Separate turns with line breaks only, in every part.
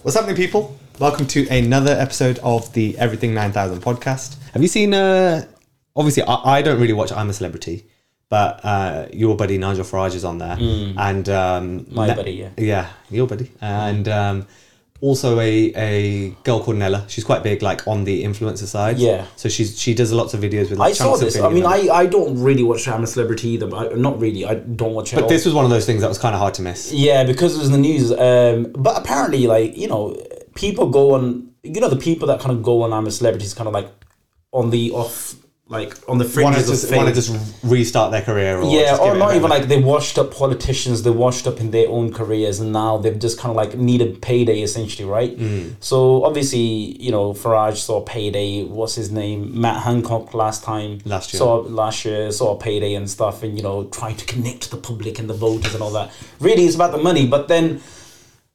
What's happening, people? Welcome to another episode of the Everything 9000 podcast. Have you seen, uh, obviously, I, I don't really watch I'm a Celebrity, but uh, your buddy Nigel Farage is on there. And um,
Mm. My buddy, yeah.
Yeah, your buddy. And um, also a, a girl called Nella. She's quite big, like on the influencer side.
Yeah.
So she's she does lots of videos with like,
I saw
chunks of
this. I
video
mean,
and
I, I don't really watch I'm a Celebrity either, but I, not really. I don't watch it. at
But
all.
this was one of those things that was kind of hard to miss.
yeah, because it was in the news. Um, but apparently, like you know, people go on. You know, the people that kind of go on I'm a Celebrity is kind of like on the off, like on the
Want to
fringes of
just,
fame.
want to just restart their career, or
yeah,
just give
or
it a
not
bit
even
of a-
like they washed up politicians, they washed up in their own careers, and now they've just kind of like needed payday essentially, right?
Mm.
So obviously, you know, Farage saw payday. What's his name? Matt Hancock last time.
Last year.
Saw last year saw payday and stuff, and you know, trying to connect the public and the voters and all that. Really, it's about the money, but then.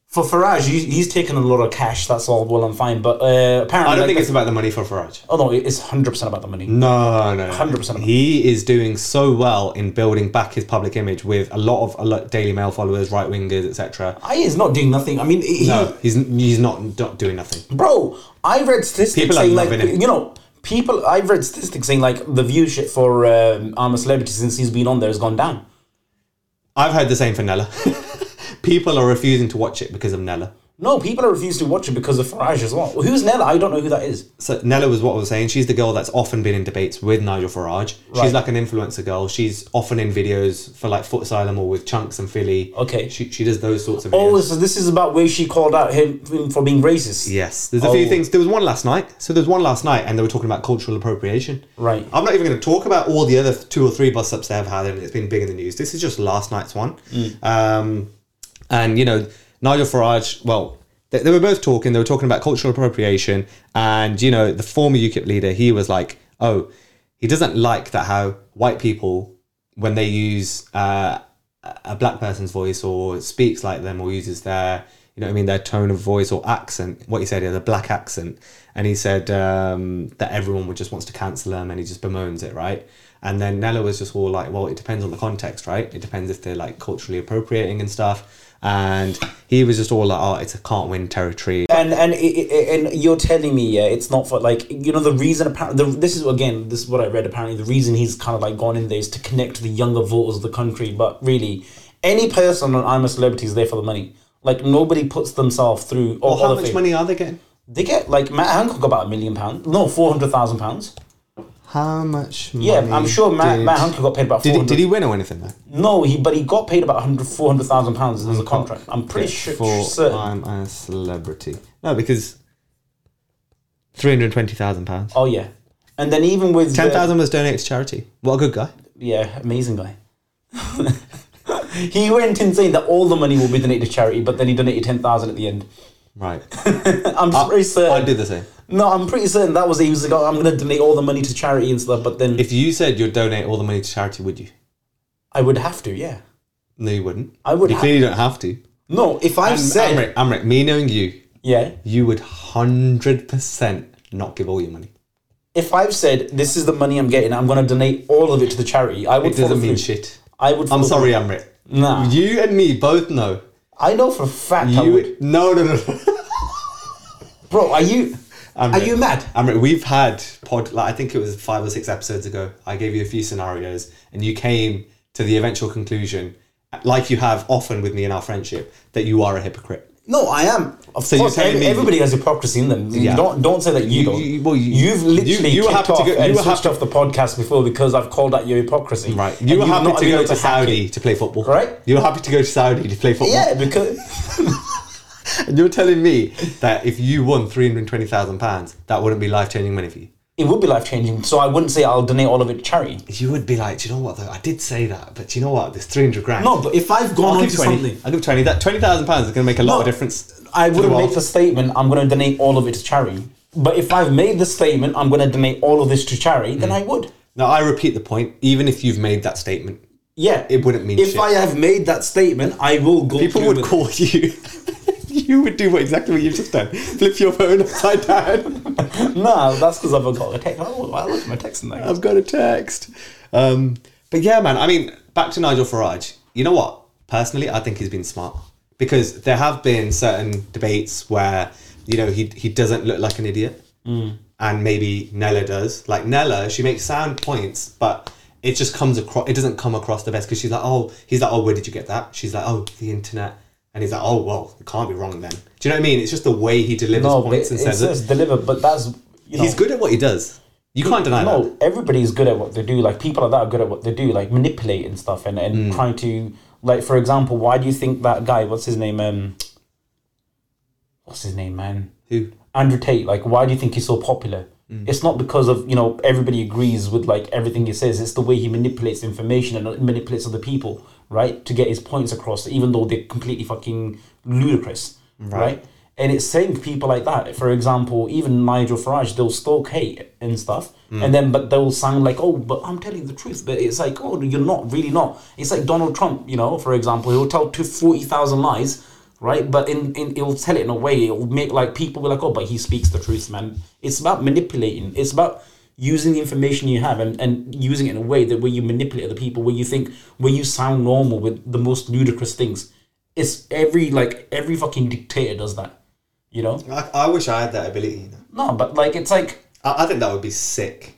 For Farage, he- he's taken a lot of cash. That's all well and fine, but uh, apparently,
I don't
like,
think
the-
it's about the money for Farage.
oh no, it's hundred percent about the money.
No, no, no.
100%.
He is doing so well in building back his public image with a lot of a lot Daily Mail followers, right wingers, etc.
I is not doing nothing. I mean, he,
No, he's he's not, not doing nothing.
Bro, I read statistics
People are
saying like
loving him.
you know people. I read statistics saying like the viewership for um, I'm a Celebrity since he's been on there has gone down.
I've heard the same for Nella. People are refusing to watch it because of Nella.
No, people are refused to watch it because of Farage as well. Who's Nella? I don't know who that is.
So Nella was what I was saying. She's the girl that's often been in debates with Nigel Farage. She's
Right.
like an influencer girl. She's often in videos for like Foot Asylum or with Chunks and Philly.
Okay.
She, she does those sorts of videos.
Oh, so this is about where she called out him, him for being racist.
Yes, there's a few
Oh.
things. There was one last night. So there was one last night, and they were talking about cultural appropriation.
Right.
I'm not even going to talk about all the other two or three bus ups they have had, and it's been big in the news. This is just last night's one.
Mm.
Um, and you know, Nigel Farage. Well, they, they were both talking. They were talking about cultural appropriation, and you know, the former UKIP leader, he was like, "Oh, he doesn't like that how white people when they use." Uh, a black person's voice or speaks like them or uses their you know what I mean their tone of voice or accent what he said is a black accent and he said um, that everyone would just wants to cancel them and he just bemoans it right and then Nella was just all like well it depends on the context right it depends if they're like culturally appropriating and stuff and he was just all like oh it's a can't win territory
And and i- i- i- and you're telling me yeah, it's not for like you know the reason apparently the, this is again this is what I read apparently the reason he's kind of like gone in there is to connect the younger voters of the country. But really, any person on I'm a Celebrity is there for the money. Like nobody puts themselves through. Or,
how much money are they getting
They get like Matt Hancock about a million pounds. No, four hundred thousand pounds.
how much money
Yeah, I'm sure Matt,
did,
Matt Hancock got paid about.
did, he,
400.
did he win or anything though
No, he but he got paid about 100 400,000 pounds as a contract. I'm pretty sure.
for
certain.
I'm a celebrity. No, because three hundred twenty thousand pounds.
Oh yeah, and then even with
Ten
the-
thousand was donated to charity. What a good guy.
Yeah, amazing guy. he went in saying that all the money will be donated to charity, but then he donated ten thousand at the end.
Right.
I'm
Uh,
pretty certain.
I'd do the same.
no, I'm pretty certain that was he was like, "Oh, I'm going to donate all the money to charity and stuff, but then
If you said you'd donate all the money to charity, would you?
I would have to, yeah.
No, you wouldn't.
I would
You
have-
clearly don't have to.
No, if I've said
Amrit, Amrit, me knowing you,
yeah,
you would hundred percent not give all your money.
if I've said this is the money I'm getting, I'm going to donate all of it to the charity. I would
It doesn't mean
follow through.
shit.
I would.
I'm
follow
sorry, Amrit.
through. Nah,
You and me both know.
I know for a fact I would.
You no no no. no.
Bro, are you? are
Amrit.
you mad?
Amrit, we've had pod like I think it was five or six episodes ago. I gave you a few scenarios, and you came to the eventual conclusion, like you have often with me in our friendship, that you are a hypocrite.
No, I am. Of
So you're
course,
telling
ev-
me-
everybody has hypocrisy in them. You
Yeah.
Don't don't say that you,
You-
don't.
you- well, you-
you, have
you-
literally
you were
kicked
happy to
off
go- you
and
were
switched
happy-
off the podcast before because I've called out your hypocrisy.
Right.
And
You were
you've
happy
not
to
been
go
able
to
hack
Saudi
it.
to play football.
Right.
You were happy to go to Saudi to play football.
Yeah, because
And you're telling me that if you won three hundred twenty thousand pounds, that wouldn't be life changing money for you.
it would be life changing. So I wouldn't say I'll donate all of it to charity.
You would be like, do you know what though? I did say that, but do you know what? There's three hundred grand.
No, but if I've gone
I'll
on
give
to
twenty.
something,
I'll give twenty. That twenty thousand pounds is going to make a lot
No,
of difference.
I
to the
wouldn't
world.
make the statement. I'm going to donate all of it to charity. But if I've made the statement, I'm going to donate all of this to charity, then I would.
Now I repeat the point. Even if you've made that statement,
Yeah,
it wouldn't mean
If
shit.
I have made that statement, I will go.
people
through
would
with it.
call you. you would do what exactly what you've just done. Flip your phone upside down.
No, that's because I've got a text. Oh, I look at my text in there.
I've got a text. Um, but yeah, man. I mean, back to Nigel Farage. You know what? Personally, I think he's been smart because there have been certain debates where you know he he doesn't look like an idiot,
Mm.
and maybe Nella does. Like Nella, she makes sound points, but it just comes across. It doesn't come across the best because she's like, oh, he's like, oh, where did you get that? She's like, oh, the internet. And he's like, oh well, it can't be wrong then. Do you know what I mean? It's just the way he delivers
No, but
points
it,
and says it.
says deliver, but that's you know,
He's good at what he does. You can't deny
no,
that.
everybody's good at what they do. Like people like that are good at what they do, like manipulating stuff and, and
Mm.
trying to like for example, why do you think that guy, what's his name, um what's his name, man?
Who?
Andrew Tate, like why do you think he's so popular? It's not because of, you know, everybody agrees with like everything he says. It's the way he manipulates information and manipulates other people, right? To get his points across, even though they're completely fucking ludicrous. Right. And it's saying people like that. For example, even Nigel Farage, they'll stalk hate and stuff. And then but they'll sound like, Oh, but I'm telling the truth. But it's like, oh you're not, really not. It's like Donald Trump, you know, for example, he'll tell two forty thousand lies right? But in, in it'll tell it in a way it'll make like people be like, oh, but he speaks the truth, man. It's about manipulating. It's about using the information you have and, and using it in a way that where you manipulate other people, where you think where you sound normal with the most ludicrous things. It's every like every fucking dictator does that, you know.
I, I wish I had that ability. You know?
No, but like it's like
I, I think that would be sick.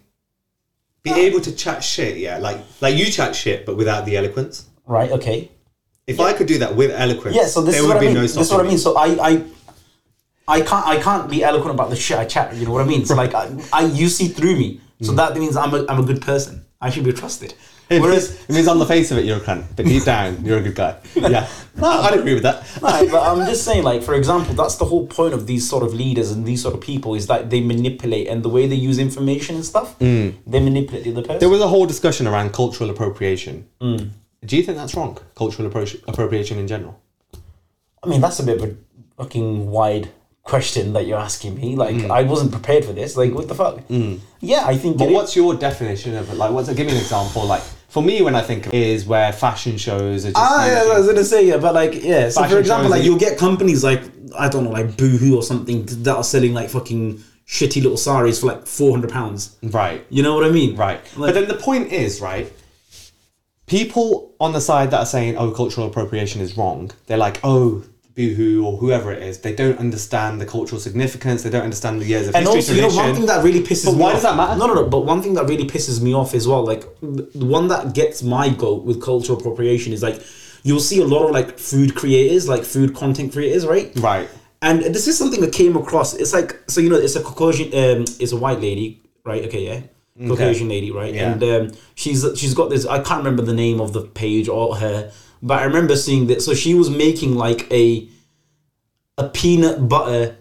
Be able to chat shit, yeah, like like you chat shit, but without the eloquence.
right, okay,
If I could do that with eloquence,
yeah. So this
there
is
would
what I
be
mean.
no
this is what I
stopping
mean. So I I. I can't. I can't be eloquent about the shit I chat. You know what I mean? So like, I, I you see through me. So that means I'm a, I'm a good person. I should be trusted.
Mm. It
Whereas,
means, it means on the face of it, you're a cunt, but deep down, you're a good guy. Yeah, I'd agree with that.
no, but I'm just saying, like for example, that's the whole point of these sort of leaders and these sort of people is that they manipulate and the way they use information and stuff.
Mm.
They manipulate the other person.
There was a whole discussion around cultural appropriation. Do you think that's wrong? Cultural appro- appropriation in general.
I mean, that's a bit of a fucking wide question that you're asking me. Like, I wasn't prepared for this. Like, what the fuck? Yeah, I think.
Mm. But
it-
what's your definition of it? Like, what's give me an example? Like, for me, when I think of it, is where fashion shows are just.
Ah, yeah, I was gonna say yeah, but like yeah. So
Fashion
for example,
shows
like
and-
you'll get companies like I don't know, like Boohoo or something that are selling like fucking shitty little saris for like four hundred pounds.
right.
You know what I mean?
Right.
Like,
but then the point is, right? People on the side that are saying, oh, cultural appropriation is wrong, they're like, oh, boohoo, or whoever it is, they don't understand the cultural significance, they don't understand the years of
and
history.
also, you know, one
tradition.
thing that really pisses
But
me
why
off.
does that matter?
No, no, no. But one thing that really pisses me off as well, like the the one that gets my goat with cultural appropriation is like you'll see a lot of like food creators, like food content creators, right?
right.
And this is something that came across. It's like so you know it's a Caucasian, um, it's a white lady, right? Okay, yeah, Caucasian lady, right?
Yeah.
And um, she's she's got this. I can't remember the name of the page or her, but I remember seeing that. So she was making like a a peanut butter,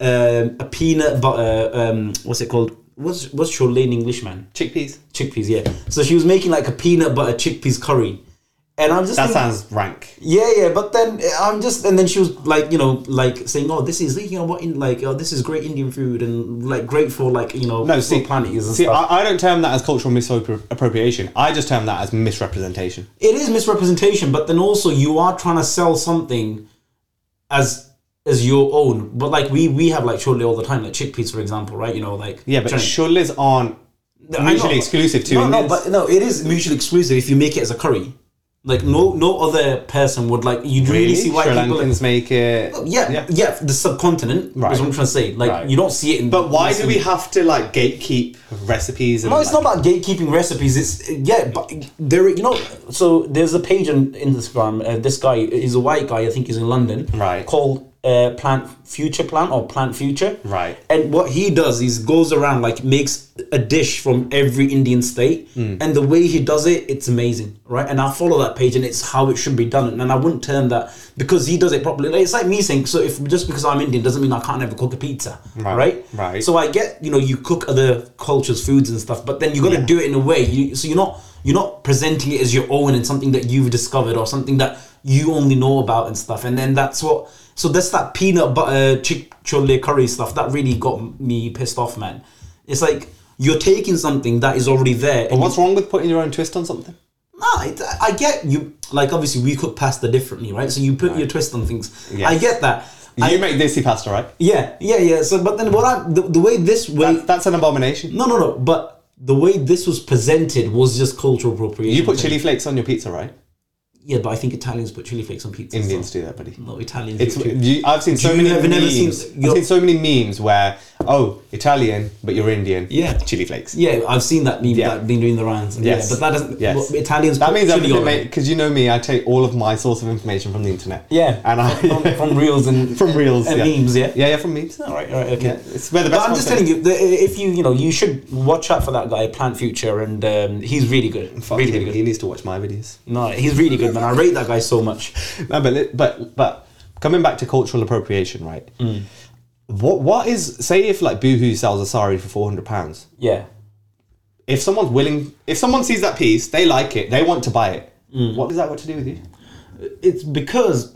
um, a peanut butter. Um, what's it called? What's what's your lane English man?
Chickpeas.
Chickpeas, yeah. So she was making like a peanut butter chickpeas curry, and I'm just
That
thinking-
sounds rank.
yeah, yeah, but then uh, I'm just, and then she was like, you know, like saying, "Oh, this is you know what, in, like, oh, this is great Indian food and like great for like you know,
No,
for
see,
planet and
see
stuff."
I, I don't term that as cultural misappropriation. I just term that as misrepresentation.
it is misrepresentation, but then also you are trying to sell something as as your own. But like we we have like surely all the time, like chickpeas, for example, right? You know, like
Yeah, but
trying-
shullas aren't
I know,
mutually
but-
exclusive to
no,
Indians.
No, but no, it is mutually exclusive if you make it as a curry. Like no no other person would like you really,
really?
see why
Sri
people.
Lankans make it.
yeah, yeah, the subcontinent
Right.
is what I'm trying to say. Like
Right.
you don't see it in
But why do we have to like gatekeep recipes? And,
No, it's
like-
not about gatekeeping recipes. It's yeah, but there you know. So there's a page on Instagram. Uh, this guy is a white guy. I think he's in London.
Right.
Called uh, Plant Future Plant or Plant Future.
Right.
And what he does is goes around like makes a dish from every Indian state,
Hmm.
and the way he does it, it's amazing, right? And I follow that page, and it's how it should be done. And I wouldn't term that because he does it properly. Like, it's like me saying, so if just because I'm Indian doesn't mean I can't ever cook a pizza,
Right,
right? Right.
right.
So I get you know you cook other cultures, foods and stuff, but then you got to do it in a way. You, so you're not you're not presenting it as your own and something that you've discovered or something that you only know about and stuff. And then that's what. So that's that peanut butter chick chole curry stuff that really got me pissed off, man. It's like you're taking something that is already there. And
What's wrong with putting your own twist on something?
Nah, it, I get you. Like obviously we cook pasta differently, right? So you put your twist on things.
Yes.
I get that.
You
I,
make desi pasta, right?
yeah, yeah, yeah. So, but then what I the, the way this way
That- That's an abomination.
No, no, no. But the way this was presented was just cultural appropriation.
You put chili flakes on your pizza, right?
Yeah, but I think Italians put chili flakes on pizza. so-
Indians do that, buddy.
No, Italians.
It's
do chili-
you, I've seen so
you
many.
have never
memes.
seen-
I've
you're-
seen so many memes where oh Italian but you're Indian.
Yeah.
chili flakes.
yeah, I've seen that meme.
Yeah.
That been doing the rounds.
Yes.
Yeah, but that doesn't.
Yes.
well, Italians.
That
put
means
chili
everything,
on
mate.
it.
Because you know me, I take all of my source of information from the internet.
Yeah,
and I
from, from reels and
from reels,
and
yeah.
memes. Yeah.
yeah, yeah, from memes.
All right. All right. Okay.
Yeah, it's where the best.
But I'm just telling
content
you, that if you you know you should watch out for that guy, Plant Future, and um, he's really good,
is. Fuck
really,
him,
really good.
He needs to watch my videos.
No, he's really good, man. I rate that guy so much.
No, but li- but but coming back to cultural appropriation, right?
Mm.
What what is say if like Boohoo sells a sari for four hundred pounds?
Yeah,
If someone's willing, if someone sees that piece, they like it, they want to buy it.
Mm.
What does that got to do with you?
it's because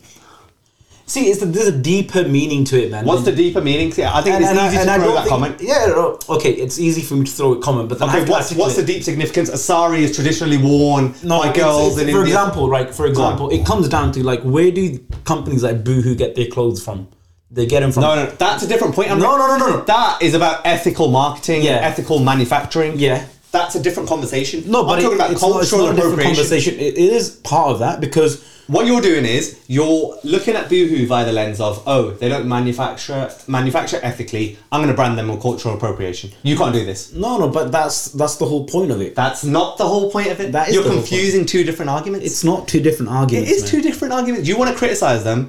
see, it's a, there's a deeper meaning to it, man.
What's the deeper meaning? See, I think it's easy to throw
don't
that
think-
comment.
Yeah, no, okay, it's easy for me to throw a comment, but then I
Okay,
have to
what's what's the
articulate-
deep significance? A sari is traditionally worn by
it's-
girls
it's-
in
for
India.
example, like for
on.
example, it comes down to like where do companies like Boohoo get their clothes from? They get them from
no, no, that's a different point. I'm-
No, no, no, no, no.
That is about ethical marketing,
Yeah.
ethical manufacturing.
Yeah.
that's a different conversation.
No, but
I'm
it-
talking about
it's,
cultural
not, it's not a different
appropriation.
conversation. It- it is part of that because
What you're doing is you're looking at Boohoo via the lens of oh they don't manufacture manufacture ethically. I'm going to brand them with cultural appropriation. You can't do this.
no, no, but that's that's the whole point of it.
That's not the whole point of it.
That is
you're
the whole
confusing two different arguments.
It's not two different
it
arguments.
is
man.
two different arguments. You want to criticize them.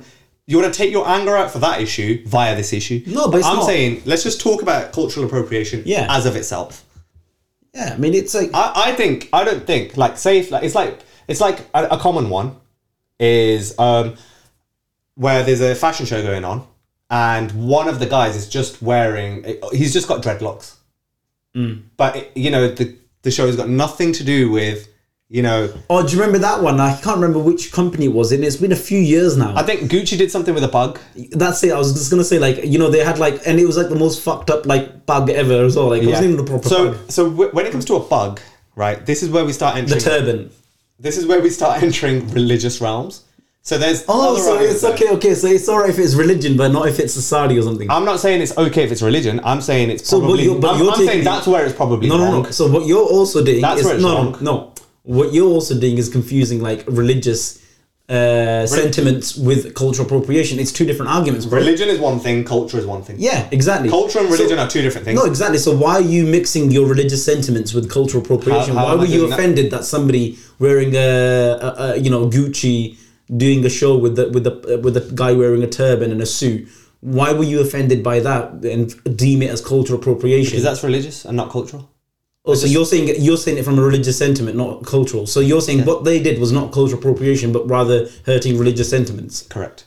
You want to take your anger out for that issue via this issue.
No, but it's
I'm
not.
saying let's just talk about cultural appropriation
Yeah.
as of itself.
Yeah, I mean it's like
I, I think I don't think like safe like it's like it's like a, a common one is um where there's a fashion show going on and one of the guys is just wearing he's just got dreadlocks
Mm.
but you know the the show's got nothing to do with you know
Oh, do you remember that one? I can't remember which company it was in. It's been a few years now.
I think Gucci did something with a bug
That's it. I was just gonna say like you know they had like and it was like the most fucked up like bug ever as well. Like it wasn't even the proper
so
bug.
so w- when it comes to a bug right this is where we start
The
entering
turban.
this is where we start entering religious realms so there's
Oh,
other
so
realms
it's
there.
okay. Okay, so it's alright if it's religion, but not if it's society or something.
I'm not saying it's okay if it's religion. I'm saying it's
but
probably.
you're- but
I'm,
you're
I'm saying
taking-
that's where it's probably
no,
wrong.
no, no. So what you're also doing
That's
is
where it's
no,
wrong.
no, no. What you're also doing is confusing like religious uh, sentiments with cultural appropriation. It's two different arguments, bro.
Religion is one thing. Culture is one thing.
yeah, exactly.
Culture and
So-
religion are two different things.
No, exactly. So why are you mixing your religious sentiments with cultural appropriation?
How- how
why
am
were
I
you
doing that?
offended that? somebody wearing a, a, a you know Gucci doing a show with the with the with the guy wearing a turban and a suit? Why were you offended by that and deem it as cultural appropriation?
Because that's religious and not cultural.
oh, so you're saying you're saying it from a religious sentiment, not cultural. So you're saying what they did was not cultural appropriation, but rather hurting religious sentiments.
Correct.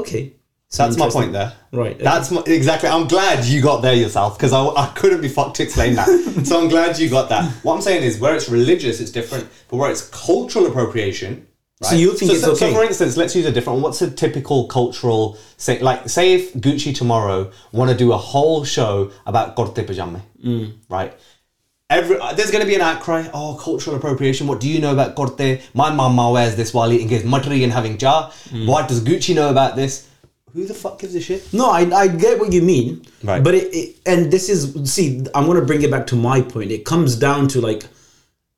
Okay,
That's my point there.
Right, okay.
That's my, exactly. I'm glad you got there yourself because I, I couldn't be fucked to explain that. so I'm glad you got that. What I'm saying is where it's religious, it's different, but where it's cultural appropriation. Right?
So you think it's
so,
okay?
So for instance, let's use a different one. What's a typical cultural say? Like, say if Gucci tomorrow want to do a whole show about corte pajame,
Mm.
right? Every, uh, there's going to be an outcry. Oh, cultural appropriation. What do you know about corte? My mama wears this while eating his matri and having jar.
Mm.
What does Gucci know about this? Who the fuck gives a shit?
No, I, I get what you mean.
Right.
But it, it and this is see, I'm gonna bring it back to my point. It comes down to like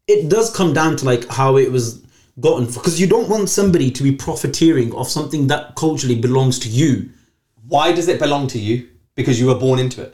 it does come down to like how it was gotten because you don't want somebody to be profiteering off something that culturally belongs to you.
why does it belong to you? Because you were born into it.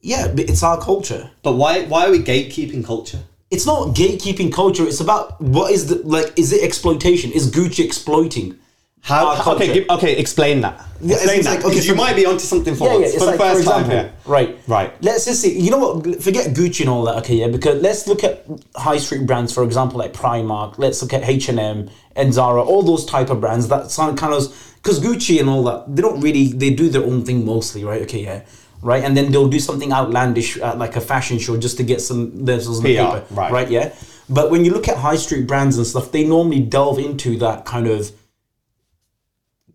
Yeah, but it's our culture.
But why why are we gatekeeping culture?
It's not gatekeeping culture. It's about what is the like is it exploitation? Is Gucci exploiting?
How
Our
how- okay
culture.
give, okay explain that. Explain
it's
that.
like, okay,
'cause you
so-
might be onto something for
yeah, yeah,
once,
it's
for
like,
the
for
first time
example,
here.
right,
Right.
Let's just see. You know what? Forget Gucci and all that. Okay, yeah, because let's look at high street brands, for example, like Primark. Let's look at H and M and Zara. All those type of brands that sound kind of because Gucci and all that they don't really they do their own thing mostly, right? Okay, yeah. Right, and then they'll do something outlandish, uh, like a fashion show, just to get some themselves on the
PR,
paper,
right.
Right, yeah. But when you look at high street brands and stuff, they normally delve into that kind of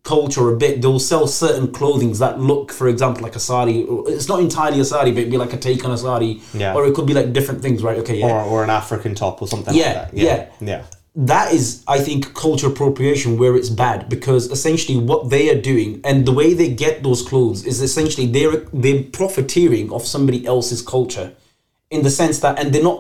culture a bit, they'll sell certain clothings that look, for example, like a sari. It's not entirely a sari, but it'd be like a take on a sari.
Yeah.
Or it could be like different things, right? Okay, yeah.
Or, or an African top or something
Yeah,
like that. Yeah. Yeah.
that is, I think, culture appropriation where it's bad because essentially what they are doing and the way they get those clothes is essentially they're they're profiteering off somebody else's culture, in the sense that and they're not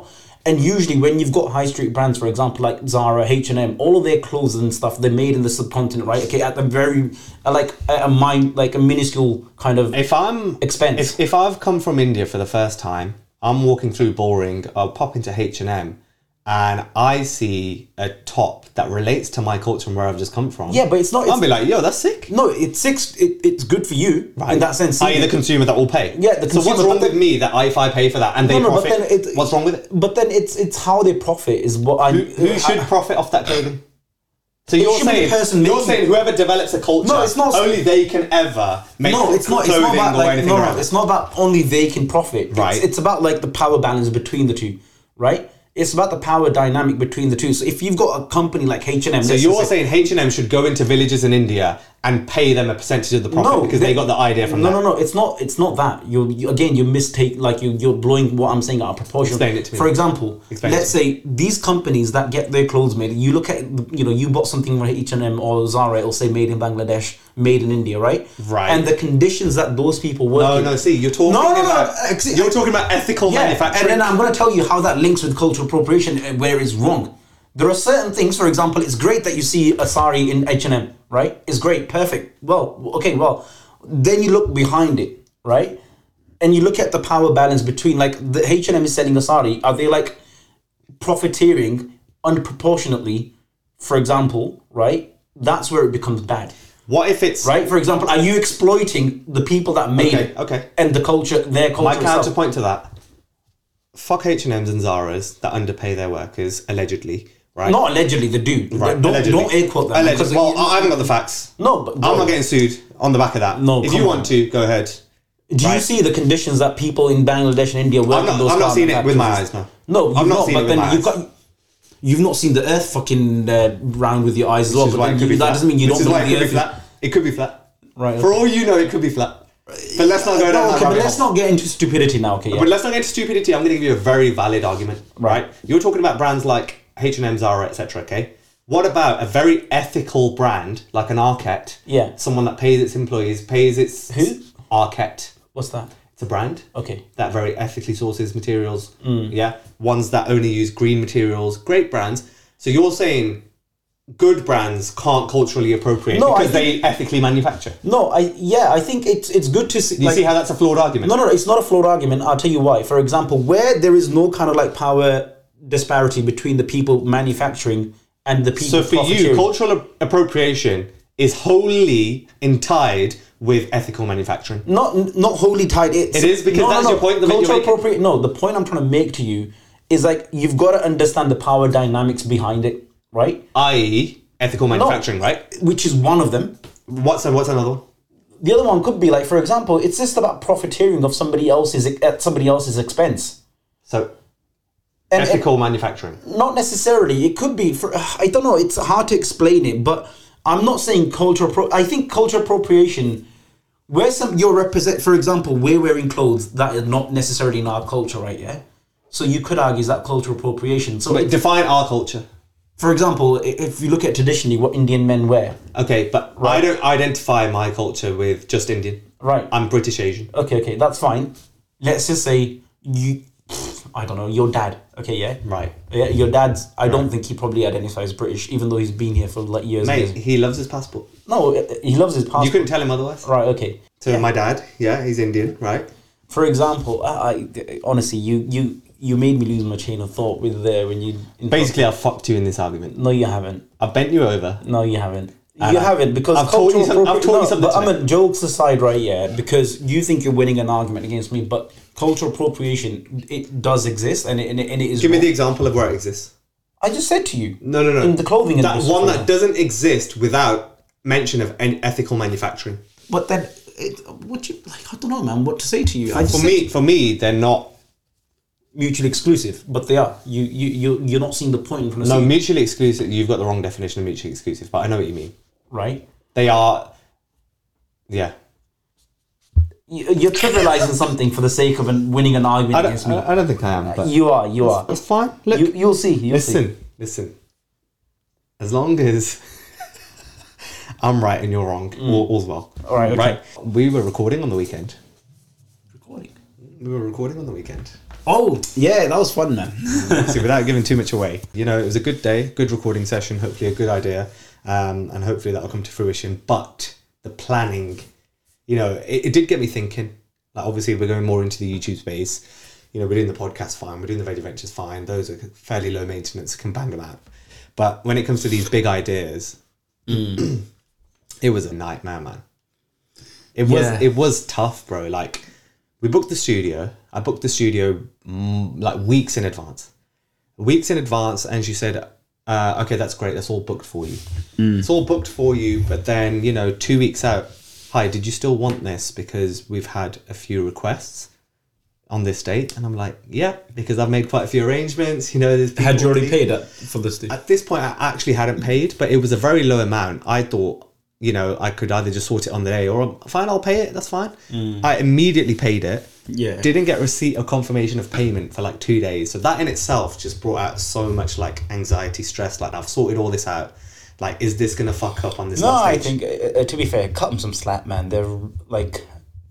And usually, when you've got high street brands, for example, like Zara, H and M, all of their clothes and stuff they're made in the subcontinent, right? Okay, at the very uh, like a, a mind, like a minuscule kind of
If I'm
Expense.
if, if I've come from India for the first time, I'm walking through Boring. I'll pop into H and M, and I see a top that relates to my culture and where I've just come from.
yeah, but it's not.
I'll
It's,
be like, yo, that's sick.
no, it's six. It, it's good for you in that sense.
i.e. the consumer that will pay.
Yeah,
so
the
what's
consumer,
wrong
but then-
with me that I, if I pay for that and they
No, no, but
profit?
then it-
what's wrong with it?
But then it's it's how they profit is what I.
Who should profit off that clothing? So you're
should be
saying
the person
you're
making
saying whoever develops a culture,
No, it's not-
only they can ever make
no, it's not. It's
clothing
not about
or
like
anything
no,
around
no,
it.
it's not about only they can profit. It's-
Right.
It's, about like the power balance between the two, right? It's about the power dynamic between the two. So if you've got a company like H and M,
So you're saying H and M should go into villages in India and pay them a percentage of the profit
No,
because they, got the idea from
no,
that.
no, no. It's not. It's not that. You're you, again. You mistake. Like you, you're blowing what I'm saying out of proportion.
Explain it to me.
For example,
Explain it
let's say these companies that get their clothes made. You look at you know you bought something from H and M or Zara. It'll say made in Bangladesh, made in India, right?
Right.
And the conditions that those people work.
Oh
in-
no! See, you're talking
No, no, no,
about
ex-
you're talking about ethical
Yeah,
manufacturing.
And then I'm going to tell you how that links with cultural appropriation and where it's wrong. There are certain things, for example, it's great that you see a sari in H&M, right? It's great, perfect. Well, okay, well, then you look behind it, right? And you look at the power balance between, like, the H&M is selling a sari. Are they, like, profiteering unproportionately, for example, right? That's where it becomes bad
what if it's
right? For example, are you exploiting the people that made
Okay,
it
okay.
and the culture, their culture?
My
itself?
counterpoint to that: fuck H and M's and Zara's that underpay their workers allegedly, right?
Not allegedly, they do.
right,
Don't,
allegedly.
don't air quote that.
Alleged-
because it-
Well, I I haven't got the facts.
no, but
I'm
bro,
not getting sued on the back of that.
No,
if
come
you
on.
want to, go ahead.
Do you
right.
see the conditions that people in Bangladesh and India work
I'm
in
not,
those
I'm not
garment
seeing it with my
factories?
eyes now.
No, you've
I'm not
not,
seeing it
but
with
then
my
you've
eyes.
got. You've not seen the earth fucking uh, round with your eyes as well,
Which is
but
why
then
it could
you,
be
that
flat.
doesn't mean you
Which
don't
is why
believe
it
the
could be
earth. is-
flat. It could be flat.
Right,
For
okay.
all you know, it could be flat. But let's not go down
No,
that
Oh, okay, but
rabbit
let's
hole.
not get into stupidity now, okay? Yeah.
But let's not get into stupidity. I'm going to give you a very valid argument, right? You're talking about brands like H&M, Zara, etc. Okay, what about a very ethical brand like an Arquette?
Yeah.
someone that pays its employees, pays its
Who?
Arquette.
What's that?
It's a brand.
Okay.
That very ethically sources materials.
Mm.
Yeah. Ones that only use green materials. Great brands. So you're saying good brands can't culturally appropriate
No, I
because they ethically manufacture.
No, I yeah, I think it's it's good to see.
You
like,
see how that's a flawed argument?
No, no, no, it's not a flawed argument. I'll tell you why. For example, where there is no kind of like power disparity between the people manufacturing and the people.
so for you,
profiteering.
cultural ap- appropriation is wholly entied with ethical manufacturing.
not not wholly tied. It's,
It is, because that's your point that you're
Cultural
making.
appropriate. No, the point I'm trying to make to you is like you've got to understand the power dynamics behind it, right?
I.e. ethical manufacturing, right?
Which is one of them.
What's what's another one?
The other one could be like, for example, it's just about profiteering of somebody else's at somebody else's expense.
So
And, and-
ethical manufacturing.
not necessarily. It could be for uh, I don't know. It's hard to explain it, but I'm not saying culture. Appro- I think culture appropriation, where some you're represent. For example, we're wearing clothes that are not necessarily in our culture, right? Yeah. So you could argue is that cultural appropriation. So,
But define our culture.
for example, i- if you look at traditionally what Indian men wear,
Okay, but I don't identify my culture with just Indian.
right?
I'm British Asian.
okay, okay, that's fine. Let's just say you, I don't know, your dad. Okay, yeah.
Right.
Yeah, your dad's. I don't think he probably identifies British, even though he's been here for like years. and
Mate,
years.
he loves his passport.
No, uh, he loves his passport.
You couldn't tell him otherwise.
Right. Okay.
So my dad, yeah, he's Indian, right?
For example, I, I honestly, you you you made me lose my train of thought with there when you.
Basically, I fucked you in this argument.
no, you haven't.
I bent you over.
No, you haven't. Uh,
I
you
know.
haven't because
I've told you
cultural
some- I've
appropri-
told you
no,
something
But I'm
today.
a jokes aside, right? Yeah, because you think you're winning an argument against me, but cultural appropriation it does exist, and it, and it, and it is.
Give me
wrong.
the example of where it exists.
I just said to you.
No, no, no.
In the clothing
that
industry,
one
for
that doesn't exist without mention of any ethical manufacturing.
But then, it, what you like? I don't know, man. What to say to you? I just
For
said
me, for me, they're not
mutually exclusive, but they are. You you you you're not seeing the point in front of
no
you,
mutually exclusive. You've got the wrong definition of mutually exclusive, but I know what you mean.
right?
They are, yeah.
You- You're trivializing something for the sake of an- winning an
I
argument
don't,
against me.
I don't think I am, but
You are, you are.
that's fine. Look,
You, you'll see. You'll see.
Listen, listen. As long as I'm right and you're wrong, all, all's well.
Mm. All right, okay.
Right. We were recording on the weekend.
Recording.
We were recording on the weekend.
Oh, yeah, that was fun, man.
See, without giving too much away, you know, it was a good day, good recording session, hopefully a good idea, um, and hopefully that'll come to fruition. But the planning, you know, it, it did get me thinking. Like, obviously, we're going more into the YouTube space. You know, we're doing the podcast fine, we're doing the radio ventures fine. Those are fairly low maintenance, can bang them out. But when it comes to these big ideas, it was a nightmare, man. It was
Yeah.
it was tough, bro. Like we booked the studio. I booked the studio mm, like weeks in advance, weeks in advance, and she said, uh, "Okay, that's great. That's all booked for you.
Mm.
It's all booked for you." But then you know, two weeks out, hi, did you still want this? Because we've had a few requests on this date, and I'm like, yeah, because I've made quite a few arrangements. You know, there's
Had you
people-
already paid up for this? Dude?
at this point I actually hadn't paid, but it was a very low amount. I thought, you know, I could either just sort it on the day or fine, I'll pay it. That's fine.
Mm.
I immediately paid it.
Yeah.
Didn't get receipt or confirmation of payment for like two days. So that in itself just brought out so much like anxiety, stress. Like I've sorted all this out. Like, is this gonna fuck up on this?
No,
last
I
page?
think uh, uh, to be fair, cut them some slack, man. They're like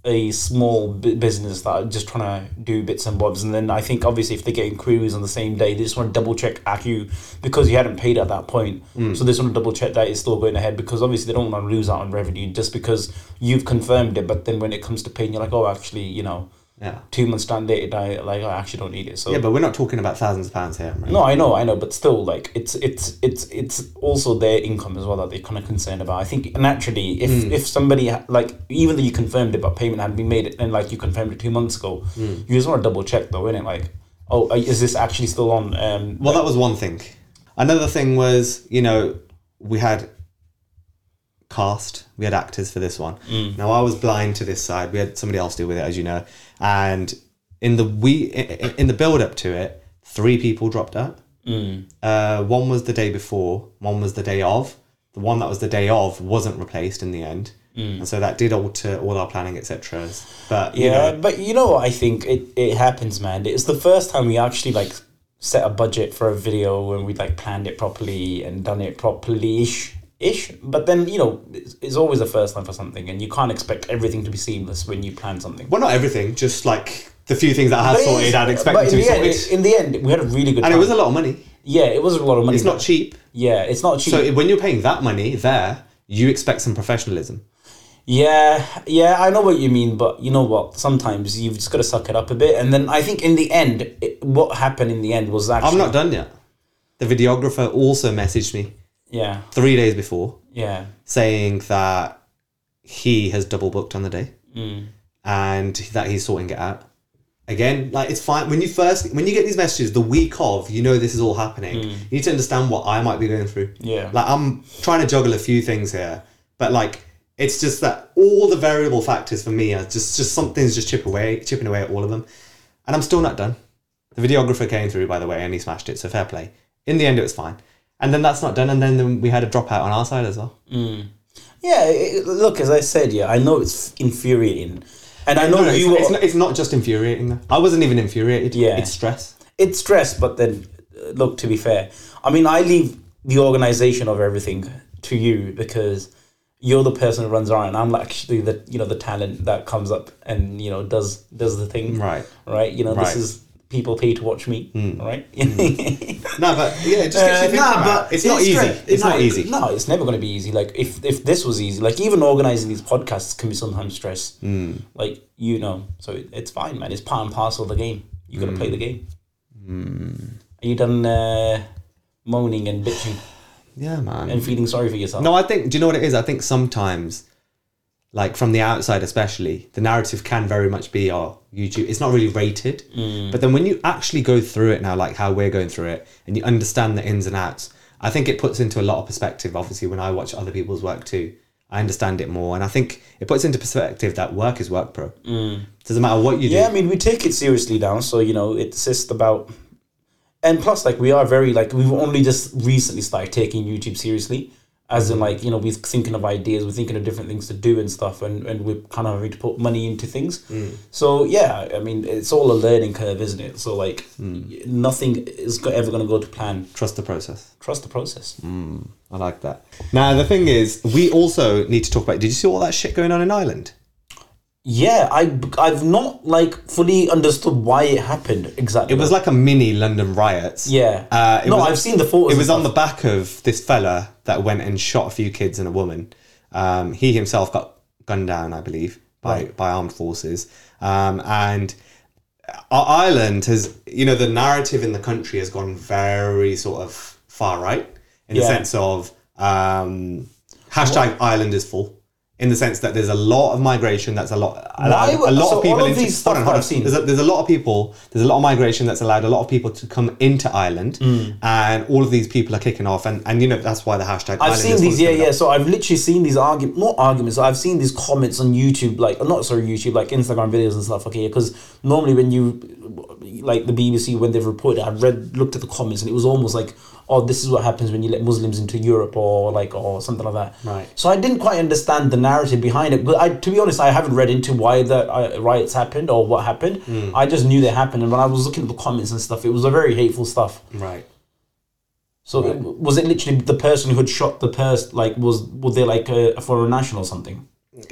a small b- business that are just trying to do bits and bobs, and then I think obviously if they're getting queries on the same day, they just want to double check at you because you hadn't paid at that point,
Hmm.
so they just want to double check that it's still going ahead because obviously they don't want to lose out on revenue just because you've confirmed it, but then when it comes to paying, you're like, oh, actually, you know,
Yeah.
two months down dated, I like I actually don't need it, so
Yeah, but we're not talking about thousands of pounds here. Right?
no, I know, I know, but still, like it's it's it's it's also their income as well that they're kind of concerned about. I think naturally, if if somebody ha- like even though you confirmed it, but payment hadn't been made, and like you confirmed it two months ago, you just want to double check though, innit? Like, oh, uh, is this actually still on? Um,
Well, that was one thing. Another thing was, you know, we had cast, we had actors for this one.
Mm.
Now I was blind to this side. We had somebody else deal with it, as you know. And in the we in the build up to it, three people dropped out.
Mm.
Uh, one was the day before. One was the day of. The one that was the day of wasn't replaced in the end, and so that did alter all our planning, etc. But you
Mm. yeah,
know,
but you know what? I think it it happens, man. It's the first time we actually like set a budget for a video and we like planned it properly and done it properly ish ish but then you know it's, it's always the first time for something and you can't expect everything to be seamless when you plan something
well, not everything. Just like the few things that I had
But it
sorted,
is-
I'd
but
expected to
in
be
the end,
sorted.
in the end we had a really good
and it
time.
was a lot of money.
yeah it was a lot of money
It's not
but-
cheap.
yeah it's not cheap
So if- when you're paying that money there, you expect some professionalism.
Yeah, yeah, I know what you mean, but you know what? Sometimes you've just got to suck it up a bit, and then I think in the end, it, what happened in the end was actually
I'm not done yet. The videographer also messaged me
yeah,
three days before
yeah,
saying that he has double booked on the day and that he's sorting it out. Again, like it's fine when you first when you get these messages the week of, you know this is all happening. You need to understand what I might be going through.
Yeah.
Like I'm trying to juggle a few things here, but like it's just that all the variable factors for me are just just something's just chip away chipping away at all of them, and I'm still not done. The videographer came through by the way, and he smashed it. So fair play. In the end, it was fine. And then that's not done, and then, then we had a dropout on our side as well.
yeah. It, look, as I said, yeah, I know it's infuriating, and I know
No,
you
it's, it's
were
not, it's not just infuriating. though. I wasn't even infuriated.
Yeah.
it's stress.
it's stress, but then uh, look, to be fair, I mean, I leave the organization of everything to you because you're the person who runs around. I'm actually the you know the talent that comes up and you know does does the thing
Right.
right. You know,
Right. Hmm.
this is people pay to watch me, right?
No, but yeah, it just gets you thinking
Uh, nah,
about it. Uh, it's not easy.
great.
It's
No,
not easy.
No, it's never going to be easy. Like if if this was easy, like even organizing these podcasts can be sometimes stress.
Hmm.
Like you know, so it, it's fine, man. It's part and parcel of the game. You got to play the
Hmm.
game. Are you done uh, moaning and bitching
Yeah, man.
and feeling sorry for yourself?
No, I think. Do you know what it is? I think sometimes, like from the outside, especially, the narrative can very much be, "Oh, YouTube." It's not really rated. But then when you actually go through it now, like how we're going through it, and you understand the ins and outs, I think it puts into a lot of perspective. Obviously, when I watch other people's work too, I understand it more, and I think it puts into perspective that work is work, bro. Doesn't matter what you do.
Yeah, I mean, we take it seriously now, so you know, it's just about. And plus, like, we are very like we've only just recently started taking YouTube seriously, as
Mm-hmm.
in like you know we're thinking of ideas, we're thinking of different things to do and stuff, and and we're kind of having to put money into things.
Mm.
So yeah, I mean, it's all a learning curve, isn't it? So like,
Mm.
nothing is go- ever going to go to plan.
Trust the process.
Trust the process.
Mm. I like that. Now the thing is, we also need to talk about. Did you see all that shit going on in Ireland?
yeah, I I've not like fully understood why it happened exactly.
It was like a mini London riots.
Yeah.
Uh, it
No,
was-
I've seen the photos
It
and
was on the back of this fella that went and shot a few kids and a woman. Um, he himself got gunned down, I believe, by, by armed forces. Um, and our Ireland has, you know, the narrative in the country has gone very sort of far right in the
Yeah.
sense of um, hashtag Ireland is full. In the sense that there's a lot of migration, that's a lot allowed
would-
a lot
so
of people
all of
into
these
hold on,
stuff
hold
that
on.
I've seen-
There's a, there's a lot of people. There's a lot of migration that's allowed a lot of people to come into Ireland,
Mm.
and all of these people are kicking off, and, and you know that's why the hashtag.
I've seen these, yeah, yeah. So I've literally seen these arguments, not arguments. I've seen these comments on YouTube, like not sorry, YouTube, like Instagram videos and stuff. Okay, because normally when you, like the BBC, when they've reported, I've read, looked at the comments, and it was almost like, oh, this is what happens when you let Muslims into Europe or like or something like that.
Right.
So I didn't quite understand the narrative behind it. But I, to be honest, I haven't read into why the uh, riots happened or what happened.
Hmm.
I just knew they happened, and when I was looking at the comments and stuff, it was a very hateful stuff.
Right.
So it- was it literally the person who had shot the person? Like was were they like a, a foreign national or something?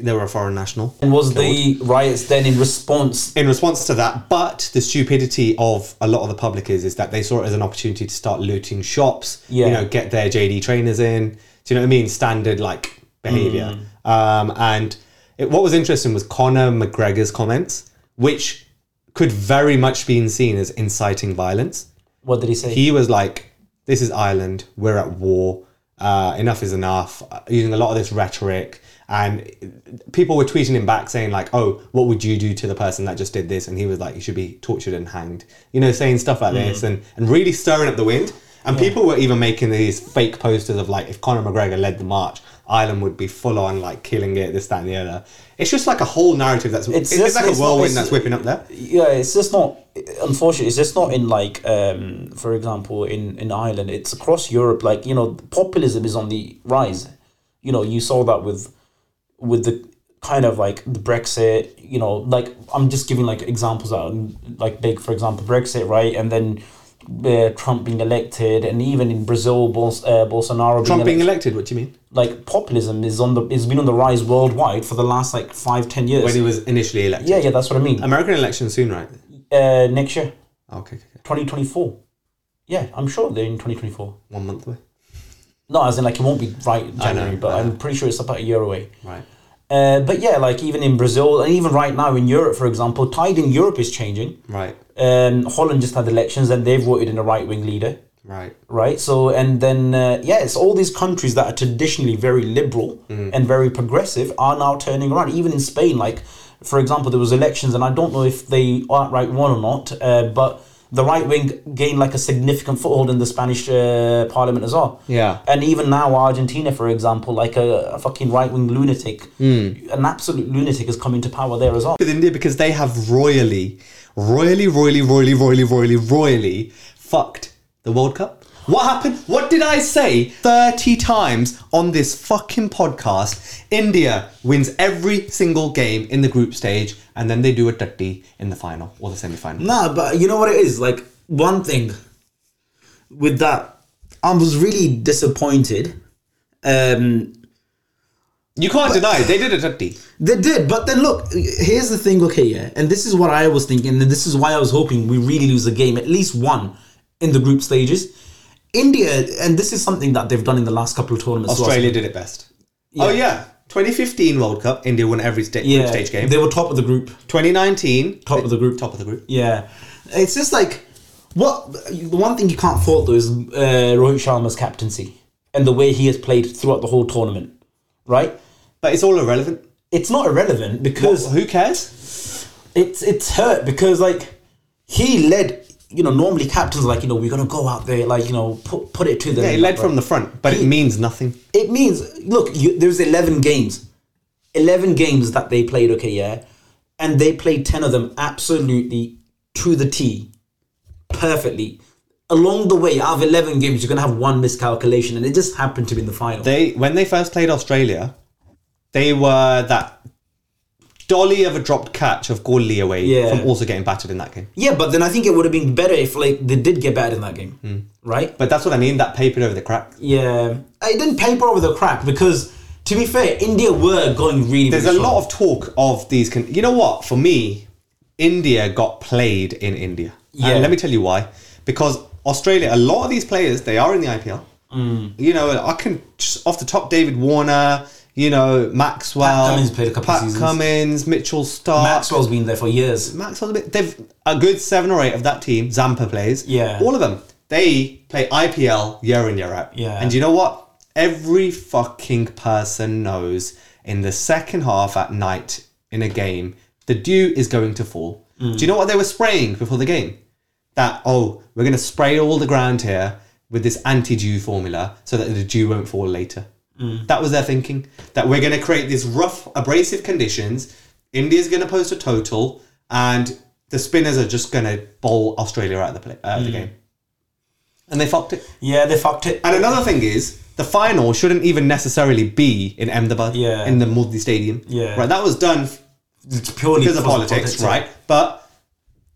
They were a foreign national.
And was the riots then in response?
In response to that, but the stupidity of a lot of the public is is that they saw it as an opportunity to start looting shops.
Yeah.
You know, get their JD trainers in. Do you know what I mean? Standard like behavior.
Mm.
Um, and it, what was interesting was Conor McGregor's comments, which could very much been seen as inciting violence.
What did he say?
he was like, "This is Ireland. We're at war. Uh, enough is enough." uh, Using a lot of this rhetoric, and people were tweeting him back saying like, "Oh, what would you do to the person that just did this?" And he was like, "You should be tortured and hanged." You know, saying stuff like
Mm.
this and and really stirring up the wind. And people were even making these fake posters of like, if Conor McGregor led the march. Ireland would be full on like killing it, this, that, and the other. It's just like a whole narrative that's it's,
It's
it's
just-
like
it's
a
not-
whirlwind
it's-
that's whipping up there.
yeah, it's just not. Unfortunately, it's just not in like, um, for example, in in Ireland. It's across Europe. Like you know, populism is on the rise. You know, you saw that with with the kind of like the Brexit. You know, like I'm just giving like examples out like big, for example, Brexit, right, and then. Uh, Trump being elected, and even in Brazil, Bols- uh, Bolsonaro
Trump
being
being elected,
elected.
what do you mean?
like populism is on the is been on the rise worldwide for the last like five ten years.
When he was initially elected.
yeah, yeah, that's what I mean.
American election soon, right? Oh,
Uh, next year.
Okay, okay, okay.
2024. Yeah, I'm sure they're in 2024.
one month away.
No, as in like it won't be right January,
know,
but
I
I'm pretty sure it's about a year away.
Right.
Uh, but yeah, like even in Brazil and even right now in Europe, for example, tide in Europe is changing.
Right.
Um, Holland just had elections and they've voted in a right wing leader,
Right.
right? So and then uh, yeah, it's all these countries that are traditionally very liberal and very progressive are now turning around. Even in Spain, like for example, there was elections and I don't know if they outright won or not, uh, but the right wing gained like a significant foothold in the Spanish uh, parliament as well.
Yeah.
And even now, Argentina, for example, like a, a fucking right wing lunatic, an absolute lunatic is coming to power there as well.
With India because they have royally, royally, royally, royally, royally, royally, royally fucked the World Cup. What happened? What did I say 30 times on this fucking podcast? India wins every single game in the group stage and then they do a tutti in the final or the semi final.
Nah, but you know what it is? Like, one thing with that, I was really disappointed. Um,
You can't deny it, they did a tutti.
they did, but then look, here's the thing, okay, yeah, and this is what I was thinking, and this is why I was hoping we really lose a game, at least one in the group stages. India, and this is something that they've done in the last couple of tournaments. as well.
Australia did it best. Oh, yeah. 2015 World Cup, India won every sta-
yeah,
group stage game.
They were top of the group.
2019,
Top of the group.
top of the group.
Yeah, it's just like what the one thing you can't fault though is uh, Rohit Sharma's captaincy and the way he has played throughout the whole tournament, right?
But it's all irrelevant.
It's not irrelevant because
Who cares?
it's it's hurt because like he led. You know, normally captains are like you know we're gonna go out there like you know put put it to them.
They led from the front, but it means nothing.
it means look you, there's 11 games 11 games that they played okay yeah and they played 10 of them absolutely to the t perfectly along the way out of 11 games you're going to have one miscalculation and it just happened to be in the final
They when they first played Australia, they were that dolly of a dropped catch of Gordon away
Yeah.
from also getting battered in that game.
yeah but then i think it would have been better if like they did get bad in that game
Hmm.
right
But that's what I mean. That papered over the crack.
Yeah, it didn't paper over the crack because To be fair, India were going really.
There's a
really
lot of talk of these. Con- you know what? For me, India got played in India.
Yeah.
And let me tell you why. Because Australia, a lot of these players, they are in the IPL.
Mm.
You know, I can just off the top, David Warner. You know, Maxwell.
Cummins played a couple
Pat
seasons.
Cummins, Mitchell Stark.
Maxwell's been there for years.
Maxwell's a bit. They've a good seven or eight of that team. Zampa plays.
Yeah.
All of them. They play IPL year in year out.
Yeah.
And you know what? Every fucking person knows in the second half at night in a game, the dew is going to fall. Do you know what they were spraying before the game? That oh, we're gonna spray all the ground here with this anti-dew formula so that the dew won't fall later.
Mm.
That was their thinking. That we're going to create these rough, abrasive conditions. India's going to post a total, and the spinners are just going to bowl Australia out of the, play, out
Mm.
of the game. And they fucked it.
Yeah, they fucked it.
And another thing is, the final shouldn't even necessarily be in Ahmedabad,
Yeah.
in the Modi Stadium.
Yeah.
Right, that was done
It's purely
because of politics, right? But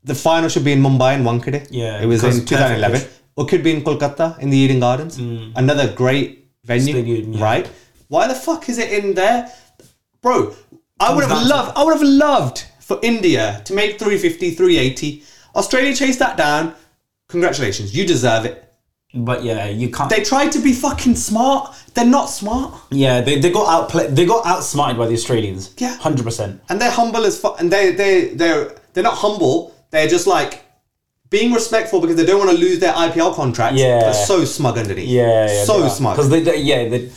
the final should be in Mumbai in Wankhede.
Yeah,
It was
because
in
it's perfect
2011.
pitch. Mm.
Or could be in Kolkata in the Eden Gardens. Another great venue,
Stadium, yeah.
right? Why the fuck is it in there? Bro, I would
down
have
to-
loved I would have loved for India to make 350, 380. Australia chased that down. Congratulations, you deserve it.
But yeah, you can't.
They tried to be fucking smart. They're not smart.
yeah, they, they got outplayed. They got outsmarted by the Australians.
Yeah.
hundred percent.
and they're humble as fuck. And they they they're they're not humble. They're just like being respectful because they don't want to lose their IPL contracts.
Yeah.
but so smug underneath.
Yeah, yeah
so smug.
Because they, they, yeah, they,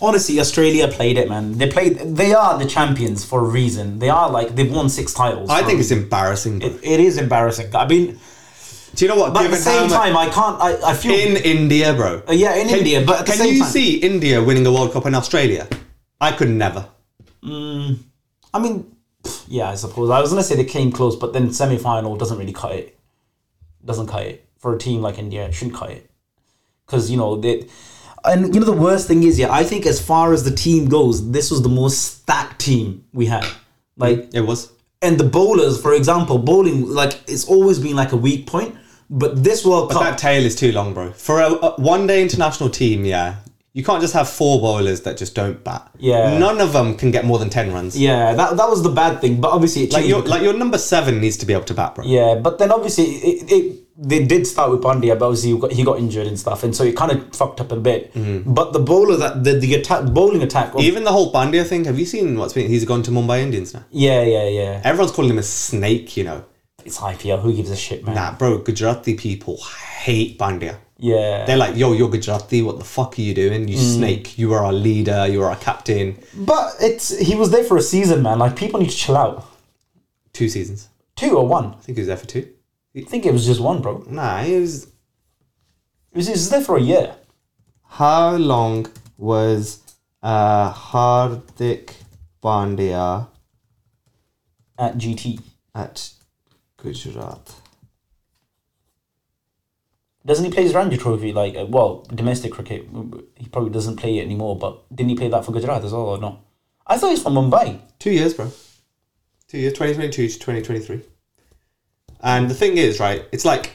honestly, Australia played it, man. They played. They are the champions for a reason. They are like they've won six titles.
I
for
think
a
it's embarrassing. bro.
reason. it is embarrassing. I mean,
Do you know what?
but at the
how
same
much-
time, I can't. I, I feel
in India, bro.
Uh, yeah in India, but at the
Can
same
you
time,
see India winning a World Cup in Australia? I could never.
I mean, pff, yeah, I suppose I was gonna say they came close, but then semi final doesn't really cut it. Doesn't cut it for a team like India. It shouldn't cut it because you know they. And you know the worst thing is, yeah, I think as far as the team goes, this was the most stacked team we had. Like
It was.
and the bowlers, for example, bowling like it's always been like a weak point. But this World
That
Cup,
tail is too long, bro. For a, a one-day international team, yeah, you can't just have four bowlers that just don't bat.
Yeah.
none of them can get more than ten runs.
yeah, that that was the bad thing. But obviously, it
Like
changed
your like your number seven needs to be able to bat, bro.
Yeah, but then obviously it, it they did start with Pandya, but obviously he got, he got injured and stuff, and so it kind of fucked up a bit. But the bowler that the, the attack bowling attack, of,
Even the whole Pandya thing, have you seen what's been? He's gone to Mumbai Indians now.
yeah, yeah, yeah.
Everyone's calling him a snake, you know.
It's IPL. Who gives a shit, man?
Nah, bro, Gujarati people hate Pandya.
Yeah,
They're like, yo, you're Gujarati, what the fuck are you doing? You snake, you are our leader, you are our captain.
but it's he was there for a season, man. Like people need to chill out.
Two seasons.
Two or one?
I think he was there for two.
I think it was just one, bro.
Nah, he was.
He was, he was there for a year.
How long was uh, Hardik Pandya
At GT
at Gujarat?
doesn't he play his Ranji Trophy like uh, well domestic cricket? He probably doesn't play it anymore. But didn't he play that for Gujarat as well or not? I thought he's from Mumbai.
Two years, bro. Two years, 2022 to 2023. And the thing is, right, it's like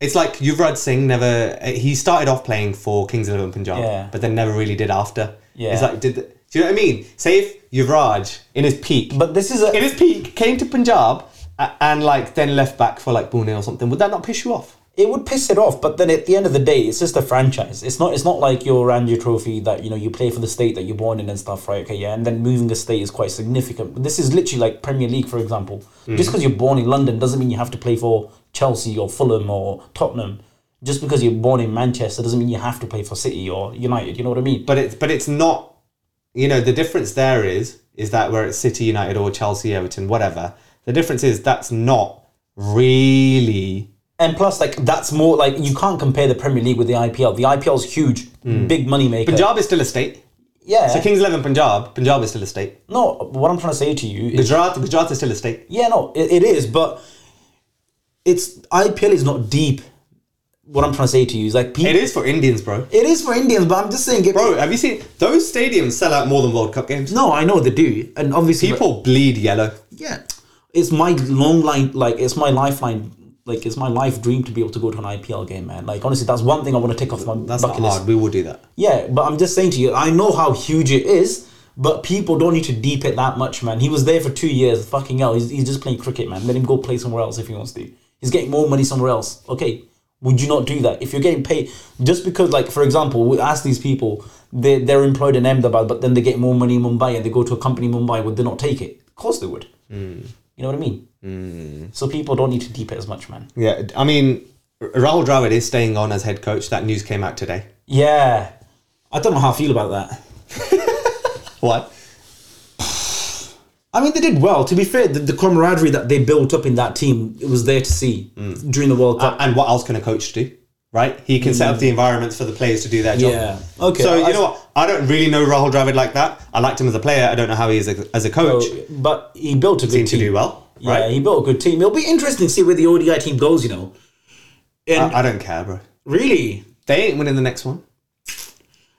it's like Yuvraj Singh never he started off playing for Kings Eleven Punjab,
Yeah.
but then never really did after.
Yeah.
It's like did the, do you know what I mean? Say if Yuvraj in his peak
But this is a
in his peak came to Punjab a- and like then left back for like Pune or something, would that not piss you off?
it would piss it off, but then at the end of the day, it's just a franchise. It's not. It's not like your Ranji Trophy that you know you play for the state that you're born in and stuff, right? Okay, yeah, and then moving the state is quite significant. But this is literally like Premier League, for example.
Mm.
Just because you're born in London doesn't mean you have to play for Chelsea or Fulham or Tottenham. Just because you're born in Manchester doesn't mean you have to play for City or United. You know what I mean?
But it's but it's not you know, the difference there is is that where it's City United or Chelsea, Everton, whatever, the difference is that's not really
And plus, like that's more like you can't compare the Premier League with the IPL. The IPL is huge, big money maker.
Punjab is still a state.
yeah.
Mm. So Kings Eleven Punjab, Punjab is still a state.
no, what I'm trying to say to you is
Gujarat, Gujarat is still a state.
Yeah, no, it, it is, but it's IPL is not deep. What I'm trying to say to you is like people,
It is for Indians, bro.
it is for Indians, but I'm just saying. It,
Bro, have you seen those stadiums sell out more than World Cup games?
no, I know they do, and obviously,
People bleed yellow.
yeah, it's my long line, like it's my lifeline, like it's my life dream to be able to go to an IPL game, man. Like honestly, that's one thing I want to take off my
That's not
bucket list.
hard. We will do that.
Yeah, but I'm just saying to you, I know how huge it is, but people don't need to deep it that much, man. He was there for two years, fucking hell. He's, he's just playing cricket, man. Let him go play somewhere else if he wants to. He's getting more money somewhere else. Okay, would you not do that? If you're getting paid, just because, like, for example, we ask these people, they're, they're employed in Ahmedabad, but then they get more money in Mumbai and they go to a company in Mumbai, would they not take it? Of course they would. You know what I mean? So people don't need to deep it as much, man.
Yeah, I mean, R- Rahul Dravid is staying on as head coach. That news came out today.
Yeah. I don't know how I feel about that.
What?
I mean, they did well. To be fair, the, the camaraderie that they built up in that team, it was there to see during the World Cup.
And what else can a coach do? Right? He can set up the environments for the players to do their job.
Yeah. Okay,
So, you
I-
know what? I don't really know Rahul Dravid like that. I liked him as a player. I don't know how he is as, as a coach.
So- but he built a good
Seemed to
team.
do well,
Yeah,
right?
he built a good team. It'll be interesting to see where the ODI team goes. You know, and
I, I don't care, bro.
really,
They ain't winning the next one.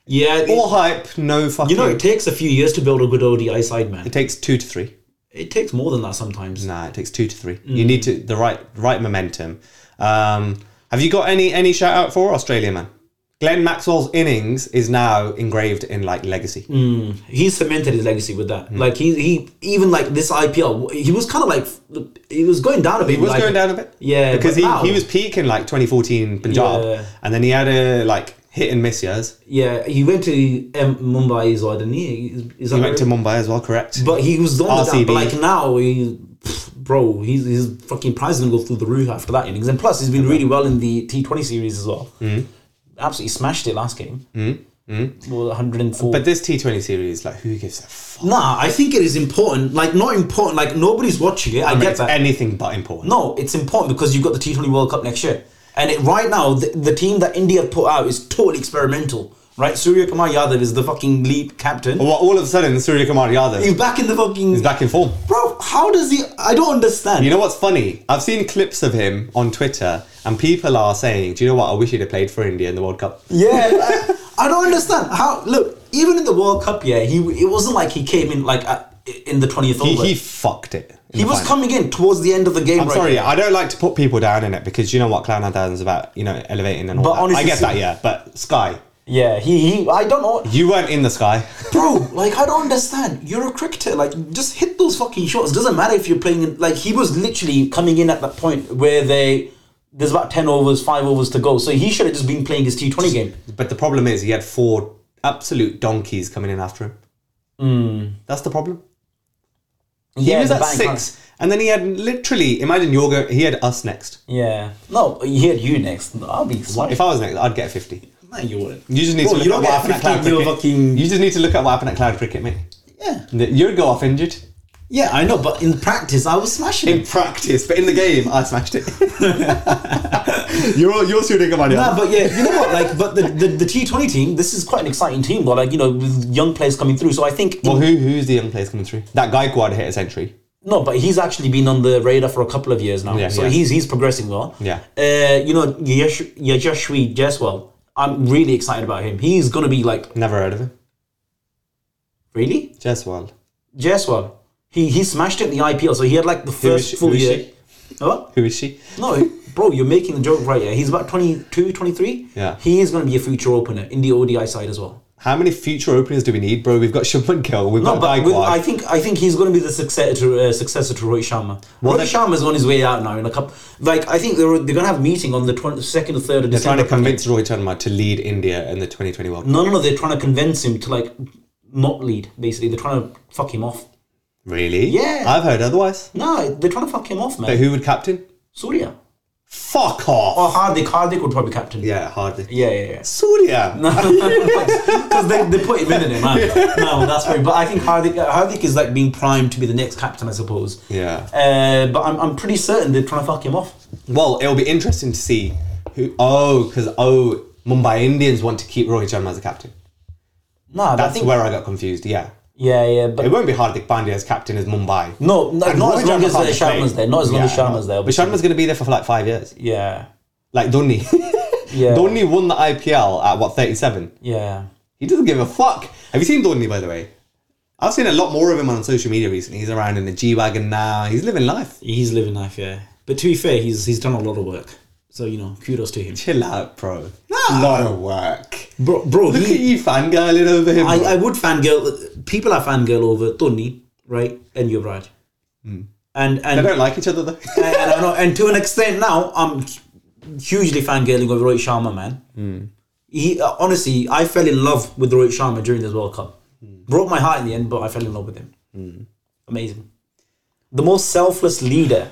yeah, it-
All hype, no fucking.
you know, it takes a few years to build a good ODI side, man.
it takes two to three.
It takes more than that sometimes.
Nah, it takes two to three. You need to the right right momentum. Um, have you got any any shout out for Australia, man? Glenn Maxwell's innings is now engraved in like legacy.
He cemented his legacy with
Hmm.
that. Like he, he even like this IPL, he was kind of like he was going down a bit.
He was going down a bit,
Yeah,
because
but
he,
now-
he was peaking like 2014 Punjab,
Yeah.
and then he had a like hit and miss years.
Yeah, he went to um, Mumbai, is what, didn't he? Is, is that
He
right?
went to Mumbai as well, correct?
But he was on the down.
RCB.
But like now, he, pff, bro, he's, his fucking price is gonna go through the roof after that innings. And plus, he's been really well in the T Twenty series as well.
Mm.
Absolutely smashed it last game. Well, 104.
but this T20 series, like, who gives a fuck?
nah, I think it is important. Like not important. Like nobody's watching it. I, get
It's
that.
anything but important.
no, it's important because you've got the T Twenty World Cup next year. And it, right now, the, the team that India put out is totally experimental. Right, Surya Kumar Yadav is the fucking lead captain.
Well, all of a sudden, Surya Kumar Yadav
He's back in the fucking.
Oh. is back in form.
Bro, how does he? I don't understand.
You know what's funny? I've seen clips of him on Twitter, and people are saying, "Do you know what? I wish he'd have played for India in the World Cup."
Yeah, I, I don't understand how. Look, even in the World Cup, yeah, he it wasn't like he came in like at, in the twentieth
He,
over.
he
He,
fucked it. in the
was
final.
coming in towards the end of the game.
I'm
right?
sorry, I don't like to put people down in it because you know what Clown Down is about, you know, elevating and all
But
that.
honestly,
I get
see-
that, yeah. But Sky,
Yeah, he, he I don't know,
you weren't in the sky.
bro. Like I don't understand. You're a cricketer. Like just hit those fucking shots. Doesn't matter if you're playing. In, like he was literally coming in at that point where they. There's about ten overs, five overs to go. So he should have just been playing his T Twenty game.
But the problem is, he had four absolute donkeys coming in after him. That's the problem. He
Hmm. yeah,
was
the
at
bank, huh?
six, and then he had literally. Imagine you're going. He had us next.
Yeah. No, he had you next. I'll be sorry.
If I was next, I'd get fifty.
No, you wouldn't.
You just need
Bro,
to look
you
at
don't
what
get
happened at Cloud
15 year
Cricket.
fucking-
You just need to look at what happened at Cloud Cricket, mate.
Yeah.
You'd go off injured
Yeah, I know, but in practice, I was smashing
in
it.
practice, but in the game, I smashed it. you're you're shooting at my
Nah, but yeah, you know what? Like, but the, the, the T20 team, this is quite an exciting team, though. Like, you know, with young players coming through. So I think.
Well, who who's the young players coming through? That guy quad hit a century.
no, but he's actually been on the radar for a couple of years now.
Yeah,
so
yeah.
he's he's progressing well.
Yeah.
Uh, you know, Yash, Yashashwi Jeswell, I'm really excited about him. He's going to be like,
Never heard of him.
really?
Jeswal.
Jeswell. He, he smashed it in the IPL, so he had like the
is
first
she-
full
who is
year. What?
Who is she?
No, bro, you're making the joke right here. He's about 22, 23.
Yeah.
He is going to be a future opener in the ODI side as well.
How many future openers do we need, bro? We've got Shubman Gill. We've
No,
got
but with,
Gaikwad.
I think I think he's going to be the successor to uh, successor to Roy Sharma. Roy
they-
Sharma's on his way out now in a couple. Like I think they're they're going to have a meeting on the twenty second or third of
They're trying
December.
to convince Roy Chandler to lead India in the 2020 World Cup.
no, no, no. They're trying to convince him to like not lead. Basically, they're trying to fuck him off.
Really?
Yeah.
I've heard otherwise.
No, they're trying to fuck him off, man.
But who would captain?
Surya
Fuck off.
or Hardik. Hardik would probably captain.
Yeah, hardly.
Oh. yeah, yeah. yeah.
Surya.
Because they, they put him in in it, man. No, that's right. But I think Hardik uh, Hardik is like being primed to be the next captain, I suppose.
Yeah.
Uh, but I'm, I'm pretty certain they're trying to fuck him off.
Well, it'll be interesting to see who. Oh, because oh, Mumbai Indians want to keep Rohit Sharma as a captain.
Nah,
That's
I think,
where I got confused. Yeah,
yeah, yeah.
it
But
won't be Hardik Pandya as captain as Mumbai.
no, no
And
not
Rohit
as long
Sharma
as uh,
can't play.
Sharma's there. Not as long as
Yeah,
Sharma's there.
But Sharma's going to be there for like five years.
yeah,
Like Dhoni.
Yeah.
Dhoni won the IPL at what thirty-seven.
yeah.
He doesn't give a fuck. Have you seen Dhoni by the way? I've seen a lot more of him on social media recently. He's around in the G wagon now. He's living life.
He's living life, yeah. But to be fair, he's he's done a lot of work. So you know, kudos to him,
Chill out, bro. No. Lot of work.
bro. Bro,
Look at
he,
you fangirling over him. bro.
I, I would fangirl. People are fangirl over Tony, right? And you're right. Hmm. And
they
and
don't like each other though.
and, Eh, and I know, and to an extent now, I'm hugely fangirling over Rohit Sharma, man. He uh, honestly, I fell in love with Rohit Sharma during this World Cup. Broke my heart in the end, but I fell in love with him. Amazing. The most selfless leader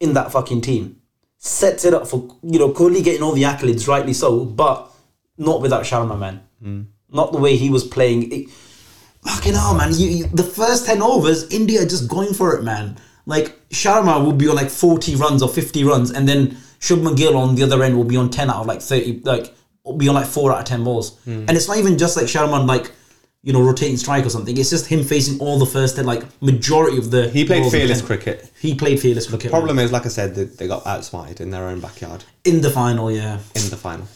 in that fucking team sets it up for you know Kohli getting all the accolades, rightly so, but not without Sharma, man.
Mm.
Not the way he was playing. It, Fucking hell, man. You, you, the first 10 overs, India just going for it, man. Like, Sharma will be on like 40 runs or 50 runs, and then Shubman Gill on the other end will be on 10 out of like 30, like, will be on like 4 out of 10 balls.
Mm.
And it's not even just like Sharma, like, you know, rotating strike or something. It's just him facing all the first 10, like, majority of the.
He played
balls in
fearless
10.
cricket.
He played fearless cricket.
Problem is, like I said, they, they got outsmarted in their own backyard
In the final, yeah.
in the final.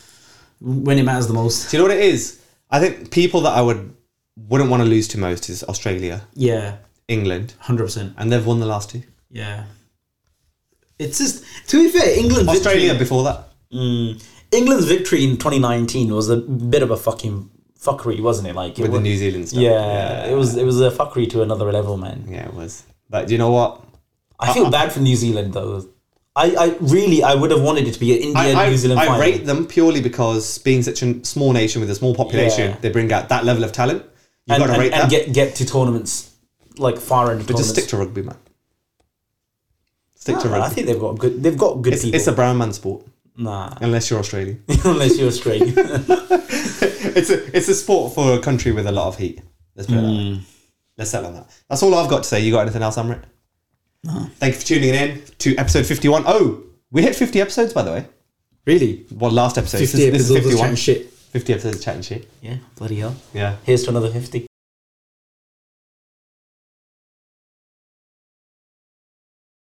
When it matters the most.
Do you know what it is? I think people that I would wouldn't want to lose to most is Australia,
Yeah.
England,
100%.
and they've won the last two.
Yeah. It's just, to be fair, England.
Australia before that.
England's victory in 2019 was a bit of a fucking fuckery, wasn't it? Like it
With
was,
the New Zealand stuff.
yeah, it was it was a fuckery to another level, man.
Yeah, it was. But do you know what?
I
Uh-uh.
feel bad for New Zealand though. I, I really I would have wanted it to be an India
I,
New Zealand
I, I
final.
rate them purely because being such a small nation with a small population,
Yeah.
they bring out that level of talent. You've
and,
got to
and,
rate
and
that.
get get to tournaments like far end
Just
tournaments.
stick to rugby, man. Stick to
Nah, Ah, I
rugby.
think they've got good they've got good people.
It's a brown man sport,
nah,
unless you're Australian.
unless you're Australian.
it's a it's a sport for a country with a lot of heat. Let's put it
Hmm.
that way. Let's settle on that. That's all I've got to say. You got anything else, Amrit? No. Thank you for tuning in to episode fifty-one. Oh, we hit fifty episodes, by the way.
really,
Well, last episode.
fifty
this, is- this
episodes
is
of
fifty-one.
chatting shit.
Fifty episodes of chatting shit.
Yeah, bloody hell.
Yeah.
Here's to another fifty.